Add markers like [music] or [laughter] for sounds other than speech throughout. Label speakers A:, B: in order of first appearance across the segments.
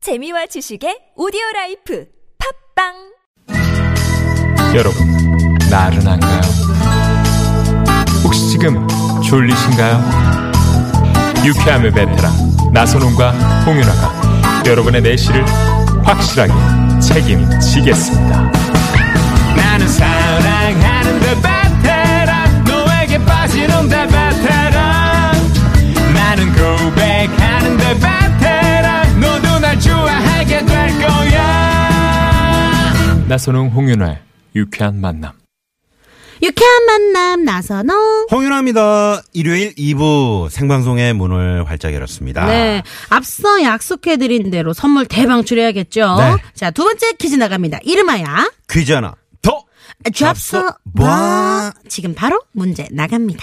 A: 재미와 지식의 오디오 라이프 팝빵
B: 여러분, 나른한가요? 혹시 지금 졸리신가요? 유쾌함의 베테랑 나선홍과 홍윤아가 여러분의 내실을 확실하게 책임지겠습니다. 나는 사랑하는데 베테랑 너에게 빠지는데 베테랑 나는 고백하는데 그 베테랑 너도 날 좋아하게 될 거야. 나선홍 홍윤아의 유쾌한 만남.
C: 유쾌한 만남 나선홍.
D: 홍윤아입니다. 일요일 2부 생방송의 문을 활짝 열었습니다.
C: 네. 앞서 약속해드린 대로 선물 대방출해야겠죠.
D: 네.
C: 자, 두 번째 퀴즈 나갑니다. 이름하야.
D: 퀴즈 하나 더.
C: 잡서
D: 뭐?
C: 뭐? 지금 바로 문제 나갑니다.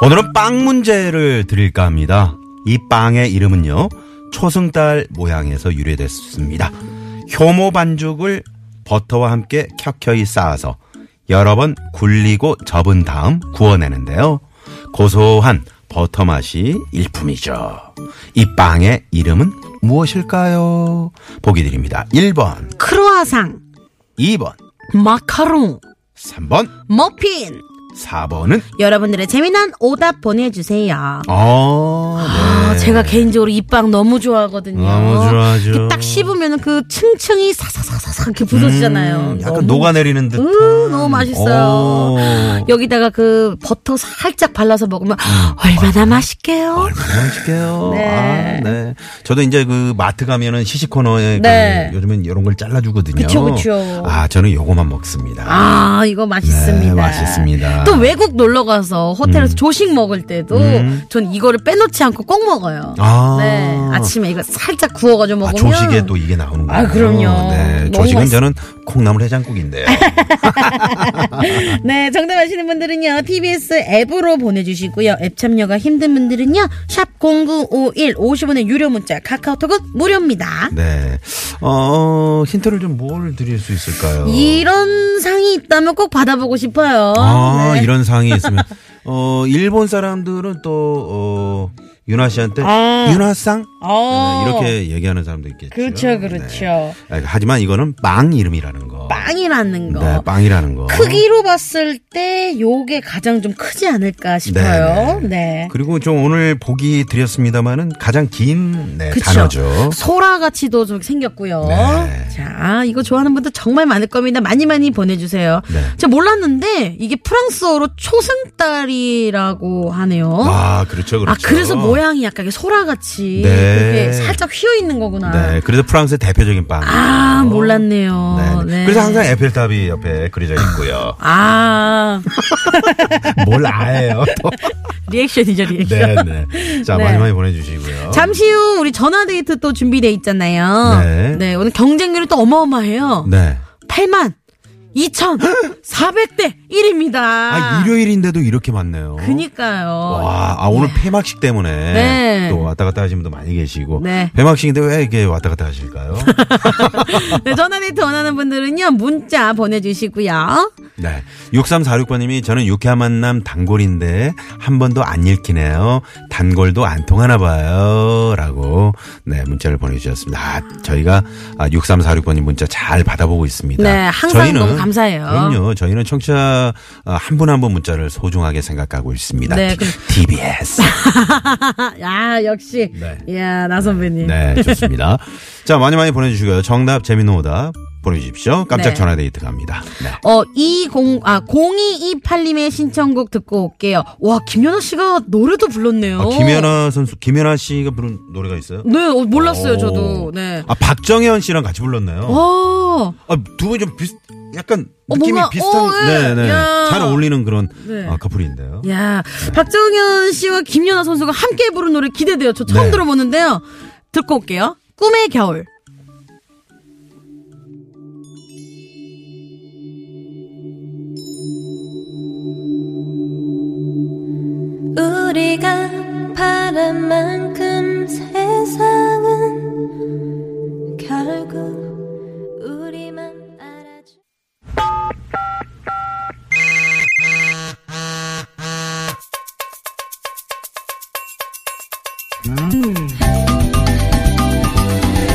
D: 오늘은 빵 문제를 드릴까 합니다. 이 빵의 이름은요. 초승달 모양에서 유래됐습니다. 효모 반죽을 버터와 함께 켜켜이 쌓아서 여러 번 굴리고 접은 다음 구워내는데요. 고소한 버터 맛이 일품이죠. 이 빵의 이름은 무엇일까요? 보기 드립니다. 1번,
C: 크로아상,
D: 2번,
C: 마카롱,
D: 3번,
C: 머핀.
D: 4번은
C: 여러분들의 재미난 오답 보내주세요.
D: 어,
C: 아,
D: 네.
C: 제가 개인적으로 이 빵 너무 좋아하거든요.
D: 너무 좋아하죠.
C: 이렇게 딱 씹으면 그 층층이 사사사사사 이렇게 부서지잖아요.
D: 음, 약간
C: 너무
D: 녹아내리는 듯한.
C: 음, 너무 맛있어요.
D: 오.
C: 여기다가 그 버터 살짝 발라서 먹으면 얼마나 맛있게요.
D: 아, 얼마나 맛있게요.
C: 네.
D: 아, 네. 저도 이제 그 마트 가면은 시식 코너에
C: 네.
D: 그 요즘엔 이런 걸 잘라주거든요.
C: 그쵸, 그쵸.
D: 아, 저는 요거만 먹습니다.
C: 아, 이거 맛있습니다.
D: 네, 맛있습니다. 음.
C: 또 외국 놀러 가서 호텔에서 조식 먹을 때도 전 이거를 빼놓지 않고 꼭 먹어요.
D: 아.
C: 네. 아침에 이거 살짝 구워가지고
D: 아,
C: 먹으면
D: 조식에 또 이게 나오는군요.
C: 아, 그럼요.
D: 네.
C: 너무
D: 조식은
C: 맛있-
D: 저는 콩나물
C: [laughs]
D: 해장국인데요.
C: 네, 정답 아시는 분들은요. TBS 앱으로 보내 주시고요. 앱 참여가 힘든 분들은요. 샵 0951 50원의 유료 문자 카카오톡은 무료입니다.
D: 네. 어, 힌트를 좀 뭘 드릴 수 있을까요?
C: 이런 상이 있다면 꼭 받아보고 싶어요.
D: 아,
C: 네. [laughs]
D: 이런 상이 있으면. 어, 일본 사람들은 또, 어, 윤아 씨한테,
C: 아.
D: 윤아상?
C: 어.
D: 네, 이렇게 얘기하는 사람도 있겠죠.
C: 그렇죠, 그렇죠.
D: 네. 아, 하지만 이거는 빵 이름이라는 거.
C: 빵이라는 거.
D: 네, 빵이라는 거.
C: 크기로 봤을 때 요게 가장 좀 크지 않을까 싶어요.
D: 네,
C: 네.
D: 그리고 좀 오늘 보기 드렸습니다만은 가장 긴 네,
C: 그쵸.
D: 단어죠.
C: 소라같이도 좀 생겼고요.
D: 네.
C: 자, 이거 좋아하는 분들 정말 많을 겁니다. 많이 많이 보내주세요.
D: 네.
C: 제가 몰랐는데 이게 프랑스어로 초승달이라고 하네요.
D: 아, 그렇죠, 그렇죠.
C: 아, 그래서 모양이 약간 이렇게 소라같이
D: 네.
C: 그렇게 살짝 휘어 있는 거구나.
D: 네, 그래서 프랑스의 대표적인 빵.
C: 아, 몰랐네요.
D: 네, 네.
C: 네.
D: 그래서 항상 에펠탑이 옆에 그려져 있고요.
C: [laughs] 아,
D: 뭘 아예요? 또.
C: 리액션이죠, 리액션.
D: 네, 네. 자,
C: 네.
D: 많이 많이 보내주시고요.
C: 잠시 후 우리 전화데이트 또 준비돼 있잖아요.
D: 네.
C: 오늘 경쟁률이 또 어마어마해요.
D: 네.
C: 8만 2,400대 1입니다.
D: 아, 일요일인데도 이렇게 많네요.
C: 그니까요. 어, 예.
D: 와, 아, 오늘 폐막식 때문에
C: 네.
D: 또 왔다 갔다 하시는 분도 많이 계시고
C: 네.
D: 폐막식인데 왜 이렇게 왔다 갔다
C: [laughs]
D: 하실까요?
C: 네, 전화데이트 원하는 분들은요, 문자 보내주시고요.
D: 네. 6346번님이 저는 유쾌한 만남 단골인데 한 번도 안 읽히네요. 단골도 안 통하나 봐요. 라고 네, 문자를 보내주셨습니다. 아, 저희가 아, 6346번님 문자 잘 받아보고 있습니다.
C: 네, 항상 너무 감사해요.
D: 그럼요. 저희는 청취자 아, 한 분 한 분 문자를 소중하게 생각하고 있습니다.
C: 네,
D: 디-
C: 그럼-
D: TBS.
C: 아, 야, 역시.
D: 네.
C: 이야, 나 선배님.
D: 네, 좋습니다. [laughs] 자, 많이 많이 보내주시고요. 정답, 재미는 오답 보내주십시오. 깜짝
C: 네.
D: 전화데이트 갑니다. 네.
C: 어, 20, 아, 0228님의 신청곡 듣고 올게요. 와, 김연아 씨가 노래도 불렀네요.
D: 아, 김연아 선수, 김연아 씨가 부른 노래가 있어요?
C: 네, 어, 몰랐어요,
D: 오.
C: 저도. 네.
D: 아, 박정현 씨랑 같이 불렀나요?
C: 어,
D: 아, 두 분이 좀 비슷, 약간
C: 어,
D: 느낌이
C: 뭔가-
D: 비슷한,
C: 어, 예.
D: 네, 네.
C: 야.
D: 잘 어울리는 그런
C: 네.
D: 아, 커플인데요.
C: 야, 박정현 씨와 김연아 선수가 함께 부른 노래 기대돼요. 저 처음
D: 네.
C: 들어보는데요. 듣고 올게요. 꿈의 겨울.
E: 우리가 바란 만큼 세상은 결국 우리만 알아줘.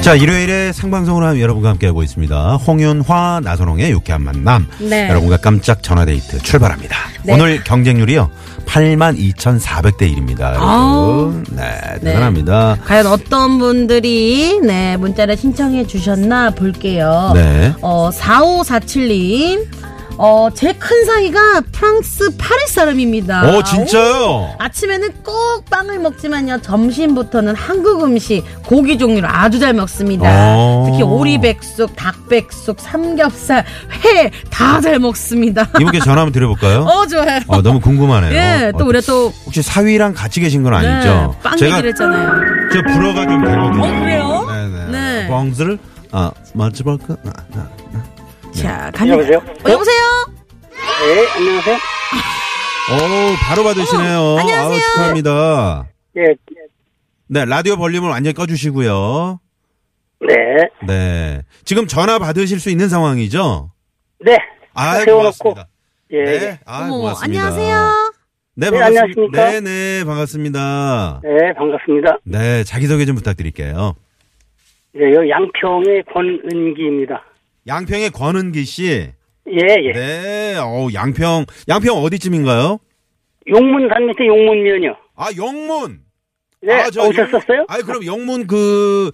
D: 자, 일요일에 생방송으로 한 여러분과 함께하고 있습니다. 홍윤화, 나선홍의 유쾌한 만남.
C: 네.
D: 여러분과 깜짝 전화데이트 출발합니다.
C: 네.
D: 오늘 경쟁률이요. 82,400대 1입니다. 여러분. 네, 대단합니다.
C: 과연 어떤 분들이 네 문자를 신청해 주셨나 볼게요.
D: 네.
C: 어 4547님. 어, 제 큰 사이가 프랑스 파리 사람입니다.
D: 오, 어, 진짜요?
C: 아침에는 꼭 빵을 먹지만요. 점심부터는 한국 음식, 고기 종류를 아주 잘 먹습니다.
D: 오.
C: 특히 오리백숙, 닭백숙, 삼겹살, 회 다 잘 먹습니다.
D: 이분께 전화 한번 드려볼까요?
C: 어, 좋아요.
D: 어, 너무 궁금하네요.
C: 예, 또
D: 어,
C: 우리 또
D: 혹시 사위랑 같이 계신 건 아니죠?
C: 네, 빵
D: 제가 네.
C: 얘기를 했잖아요.
D: 저 불어가 좀 되거든요.
C: 어, 그래요?
D: 네네.
C: 네.
D: 봉스를 아 맞춰볼까? 아, 아.
C: 자, 갑니다.
F: 여보세요?
C: 어, 여보세요?
F: 네, 안녕하세요.
D: 오, 바로 받으시네요.
C: 안녕하세요.
D: 아우, 축하합니다.
F: 예,
D: 네, 라디오 볼륨을 완전히 꺼주시고요.
F: 네,
D: 네. 지금 전화 받으실 수 있는 상황이죠?
F: 네.
D: 아,
F: 세워놓고.
D: 고맙습니다.
F: 예,
D: 네, 아,
C: 어머,
D: 고맙습니다.
C: 안녕하세요.
D: 네,
F: 네,
D: 반갑습니다.
F: 안녕하십니까?
D: 네, 네, 반갑습니다.
F: 예. 네, 반갑습니다.
D: 네, 자기소개 좀 부탁드릴게요.
F: 예, 여 양평의 권은기입니다.
D: 양평의 권은기 씨.
F: 예, 예.
D: 네, 어 양평. 양평 어디쯤인가요?
F: 용문산 밑에 용문면이요.
D: 아, 영문.
F: 네,
D: 아, 저
F: 오셨었어요?
D: 영- 아니, 그럼 영문 그,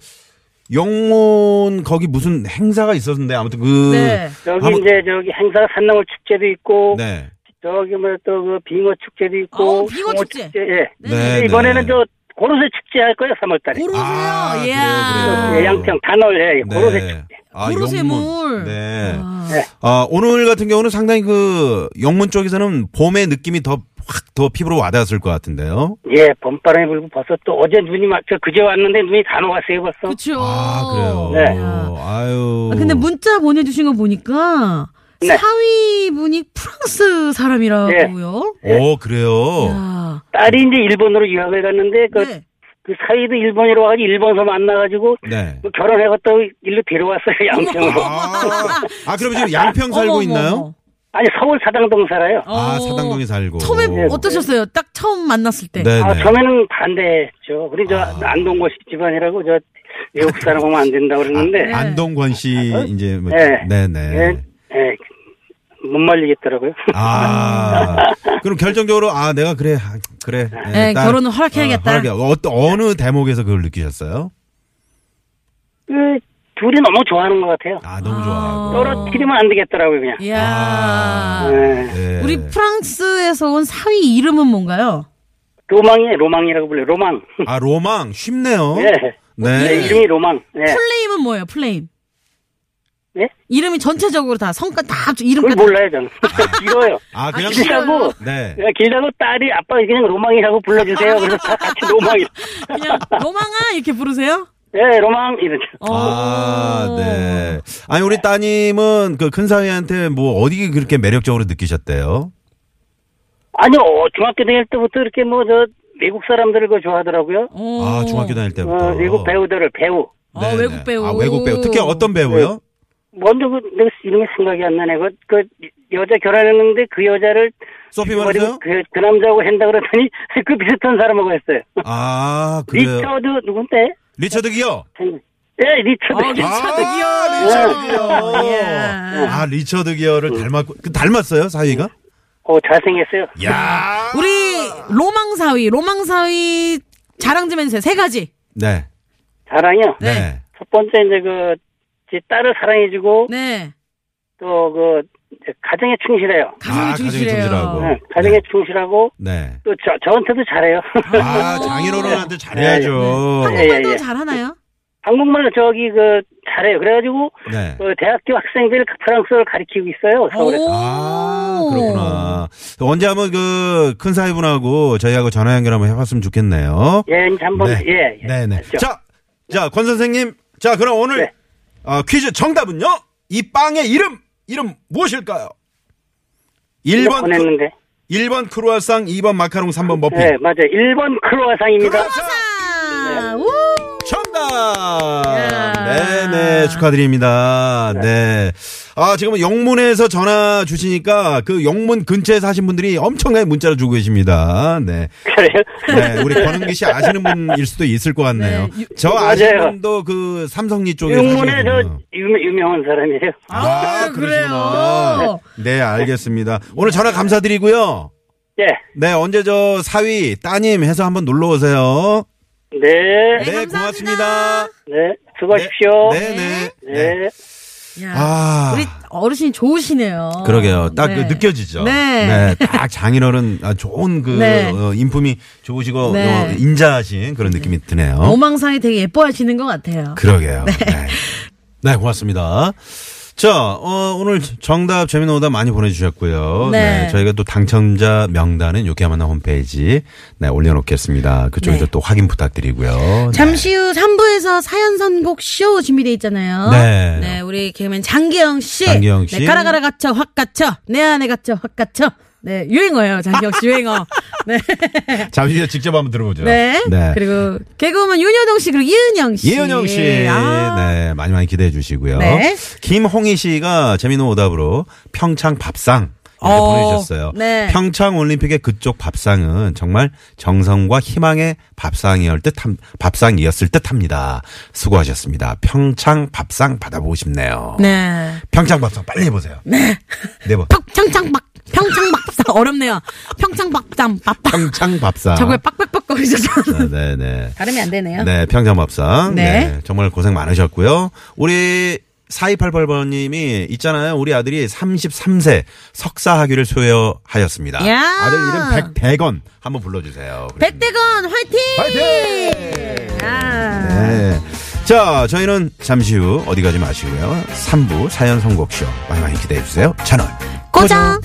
D: 영문 거기 무슨 행사가 있었는데, 아무튼 그.
C: 네.
F: 여기
D: 한번-
F: 이제 뭐 저기 행사 산나물 축제도 있고,
D: 네.
F: 저기 뭐또그 빙어 축제도 있고,
C: 어, 빙어
F: 송어
C: 축제.
F: 예.
D: 네, 네.
F: 이번에는 저 고로쇠 축제 할 거예요, 3월달에.
C: 고르세요.
D: 아,
C: 예.
D: 그래요, 그래요.
F: 예, 양평 단월 예, 고로쇠 축제.
D: 아,
C: 고로쇠물.
D: 영문. 네.
C: 아.
D: 아, 오늘 같은 경우는 상당히 그 영문 쪽에서는 봄의 느낌이 더 확 더 피부로 와닿았을 것 같은데요.
F: 예, 봄바람이 불고 벌써 또 어제 눈이 막, 저 그제 왔는데 눈이 다 녹았어요, 벌써.
C: 그쵸.
D: 아, 그래요.
F: 네.
C: 야. 그렇죠.
D: 아유.
C: 아, 근데 문자 보내주신 거 보니까
F: 네.
C: 사위분이 프랑스 사람이라고요.
D: 오, 어, 그래요.
C: 야.
F: 딸이 이제 일본으로 유학을 갔는데, 네. 그,
C: 네.
F: 그 사이도 일본으로 와가지고 일본서 만나가지고
D: 네.
F: 뭐 결혼해갖다 일로 데려왔어요 양평으로
D: 아, 아, 그럼 지금 양평 살고
C: 어머,
D: 있나요?
F: 아니 서울 사당동 살아요
C: 어머, 어머.
D: 아,
C: 어.
D: 사당동에 살고.
C: 처음에
F: 네.
C: 어떠셨어요? 딱 처음 만났을 때.
D: 네, 아.
F: 아
D: 네.
F: 처음에는 반대했죠 우리 저 안동고시 집안이라고 저 외국 사람 보면 안 된다 그러는데
D: 아, 안동권 씨 이제 뭐
F: 네.
D: 네,
F: 예,
D: 네.
F: 예, 못 말리겠더라고요
D: 아. 그럼 결정적으로 아, 내가 그래. 아, 그래. 예,
C: 네,
D: 딸.
C: 결혼을 허락해야겠다.
D: 어, 허락해. 어떤 어느 대목에서 그걸 느끼셨어요?
F: 그 둘이 너무 좋아하는 것 같아요
D: 아, 너무 좋아하고.
F: 떨어뜨리면 안 되겠더라고요 그냥
C: 이야. 아.
F: 예,
D: 네.
C: 우리 프랑스에서 온 사위 이름은 뭔가요?
F: 로망이에요 로망이라고 불려요 로망
D: 아 로망 쉽네요.
F: 예. 제
D: 네.
F: 이름이 로망 예.
C: 플레임은 뭐예요? 플레임.
F: 네?
C: 이름이 전체적으로 다 성과 다 합쳐-
F: 그걸
C: 이름까지.
F: 몰라요 저는 [laughs] 길어요
D: 아 그냥
C: 그러니까 아,
F: 길다고
D: 네.
F: 야, 예, 길다고 딸이 아빠 그냥 로망이라고 불러주세요. 그래서 다 같이 로망이.
C: [laughs] 그냥 로망아 이렇게 부르세요?
F: 예, 로망 이렇게.
C: 어.
D: 아 네. 아니 우리 따님은 그 큰 사위한테 뭐 어디 그렇게 매력적으로 느끼셨대요?
F: 아니요, 어, 중학교 다닐 때부터 이렇게 뭐 저 외국 사람들을 그 좋아하더라고요.
C: 오.
D: 아 중학교 다닐
F: 어,
D: 때부터.
F: 외국 배우들을 배우.
C: 아, 외국 배우.
D: 아 외국 배우. 특히 어떤
F: 네.
D: 배우요?
F: 먼저 그 내가 이름이 생각이 안 나네. 그, 그 여자 결혼했는데 그 여자를
D: 소피
F: 버리고
D: 말이요?
F: 그, 그 남자하고 한다 그러더니 [laughs] 그 비슷한 사람하고 했어요.
D: 아 그래요.
F: 리처드 누군데?
D: 리처드 기요.
F: 예, 리처드.
C: 아, 리처드 기어.
D: 아, 리처드
F: 네.
D: 기어.
C: 예.
D: 아 리처드 기어를 닮았고 그 닮았어요 사위가?
F: 어, 잘생겼어요.
D: 야.
C: 우리 로망 사위, 로망 사위 자랑 좀 해주세요. 세 가지.
D: 네.
F: 자랑이요.
D: 네.
C: 네.
F: 첫 번째 이제 그, 제 딸을 사랑해주고
C: 네.
F: 또 그 가정에 충실해요.
D: 아,
C: 가정에
D: 가정에
C: 충실해요.
D: 충실하고.
F: 응, 가정에 충실하고
D: 네.
F: 또 저, 저한테도 잘해요. [laughs]
D: 아 장인어른한테 잘해야죠.
F: 네.
C: 한국말도
F: 예, 예.
C: 잘하나요?
F: 한국말로 저기 그 잘해요. 그래가지고
D: 네.
F: 그 대학교 학생들 프랑스어를 가르치고 있어요. 서울에. 서
D: 아, 그렇구나. 언제 한번 그, 큰 사이분하고 저희하고 전화 연결 한번 해봤으면 좋겠네요.
F: 예, 이제 한번 예. 예.
D: 네네.
F: 맞죠.
D: 자, 자, 권 선생님. 자, 그럼 오늘
F: 네.
D: 어, 퀴즈 정답은요? 이 빵의 이름, 이름 무엇일까요? 1번, 크,
F: 어, 보냈는데.
D: 1번 크루아상, 2번 마카롱, 3번 버피.
F: 네, 맞아요. 1번 크로아상입니다.
D: 크루아상!
C: 아, 우!
D: 정답! 네, 네네, 축하드립니다. 네. 아, 지금 영문에서 전화 주시니까 그 영문 근처에 사신 분들이 엄청나게 문자를 주고 계십니다. 네.
F: [laughs] 그래요?
D: 네, 우리 권은기 씨 아시는 분일 수도 있을 것 같네요. 저 아시는
F: 맞아요.
D: 분도 그 삼성리 쪽에
F: 육문에 저
D: 사시거든요.
F: 유명, 유명한 사람이에요.
C: 아,
D: 그러시구나.
C: 그래요.
D: 네, 알겠습니다. 오늘 전화 감사드리고요.
F: 예.
D: 네, 언제 저 사위 따님 해서 한번 놀러 오세요.
F: 네.
D: 네, 고맙습니다.
F: 네. 수고하십시오.
D: 네, 네. 네.
F: 네.
C: 야,
D: 아.
C: 우리 어르신이 좋으시네요.
D: 그러게요. 딱
C: 네.
D: 그 느껴지죠.
C: 네.
D: 딱 장인어른 아, 좋은 그
C: 네.
D: 어, 인품이 좋으시고
C: 네.
D: 어, 인자하신 그런 느낌이 드네요.
C: 오망상이 되게 예뻐하시는 것 같아요.
D: 그러게요. 네. 네, 고맙습니다. 자, 어, 오늘 정답, 재미난 오답 많이 보내주셨고요.
C: 네.
D: 네. 저희가 또 당첨자 명단은 요렇게 만나 홈페이지, 네, 올려놓겠습니다. 그쪽에서
C: 네.
D: 또 확인 부탁드리고요.
C: 잠시 후 3부에서 사연 선곡 쇼 준비돼 있잖아요.
D: 네.
C: 우리 개그맨 장기영 씨.
D: 장기영 씨.
C: 네, 가라 가라 갇혀 확 갇혀. 내 안에 갇혀 확 갇혀. 네, 유행어예요. 장기영 씨
D: [laughs]
C: 유행어. 네.
D: 네. 잠시 후에 직접 한번 들어보죠.
C: 네. 그리고 개그우먼 윤여동 씨 그리고 이은영 씨.
D: 이은영 씨.
C: 아.
D: 네, 많이 많이 기대해 주시고요.
C: 네.
D: 김홍희 씨가 재미있는 오답으로 평창 밥상. 이렇게
C: 어,
D: 보내주셨어요.
C: 네.
D: 평창 올림픽의 그쪽 밥상은 정말 정성과 희망의 밥상이었을 듯, 함- 밥상이었을 듯 합니다. 수고하셨습니다. 평창 밥상 받아보고 싶네요.
C: 네.
D: 평창 밥상 빨리 해보세요. 네. 번.
C: 평창박 평창박사 어렵네요. 평창박상 박박.
D: 평창 밥상.
C: 저거에 빡빡빡 거리셔서
D: 네, 네.
C: 발음이 안 되네요.
D: 네, 평정밥상.
C: 네.
D: 네. 정말 고생 많으셨고요. 우리 4288번님이 있잖아요. 우리 아들이 33세 석사 학위를 소유하였습니다.
C: 야.
D: 아들 이름 백대건 한번 불러주세요.
C: 백대건 화이팅!
D: 화이팅!
C: 아.
D: 네. 자, 저희는 잠시 후 어디 가지 마시고요. 3부 사연 선곡쇼 많이 많이 기대해 주세요. 채널
C: 고정.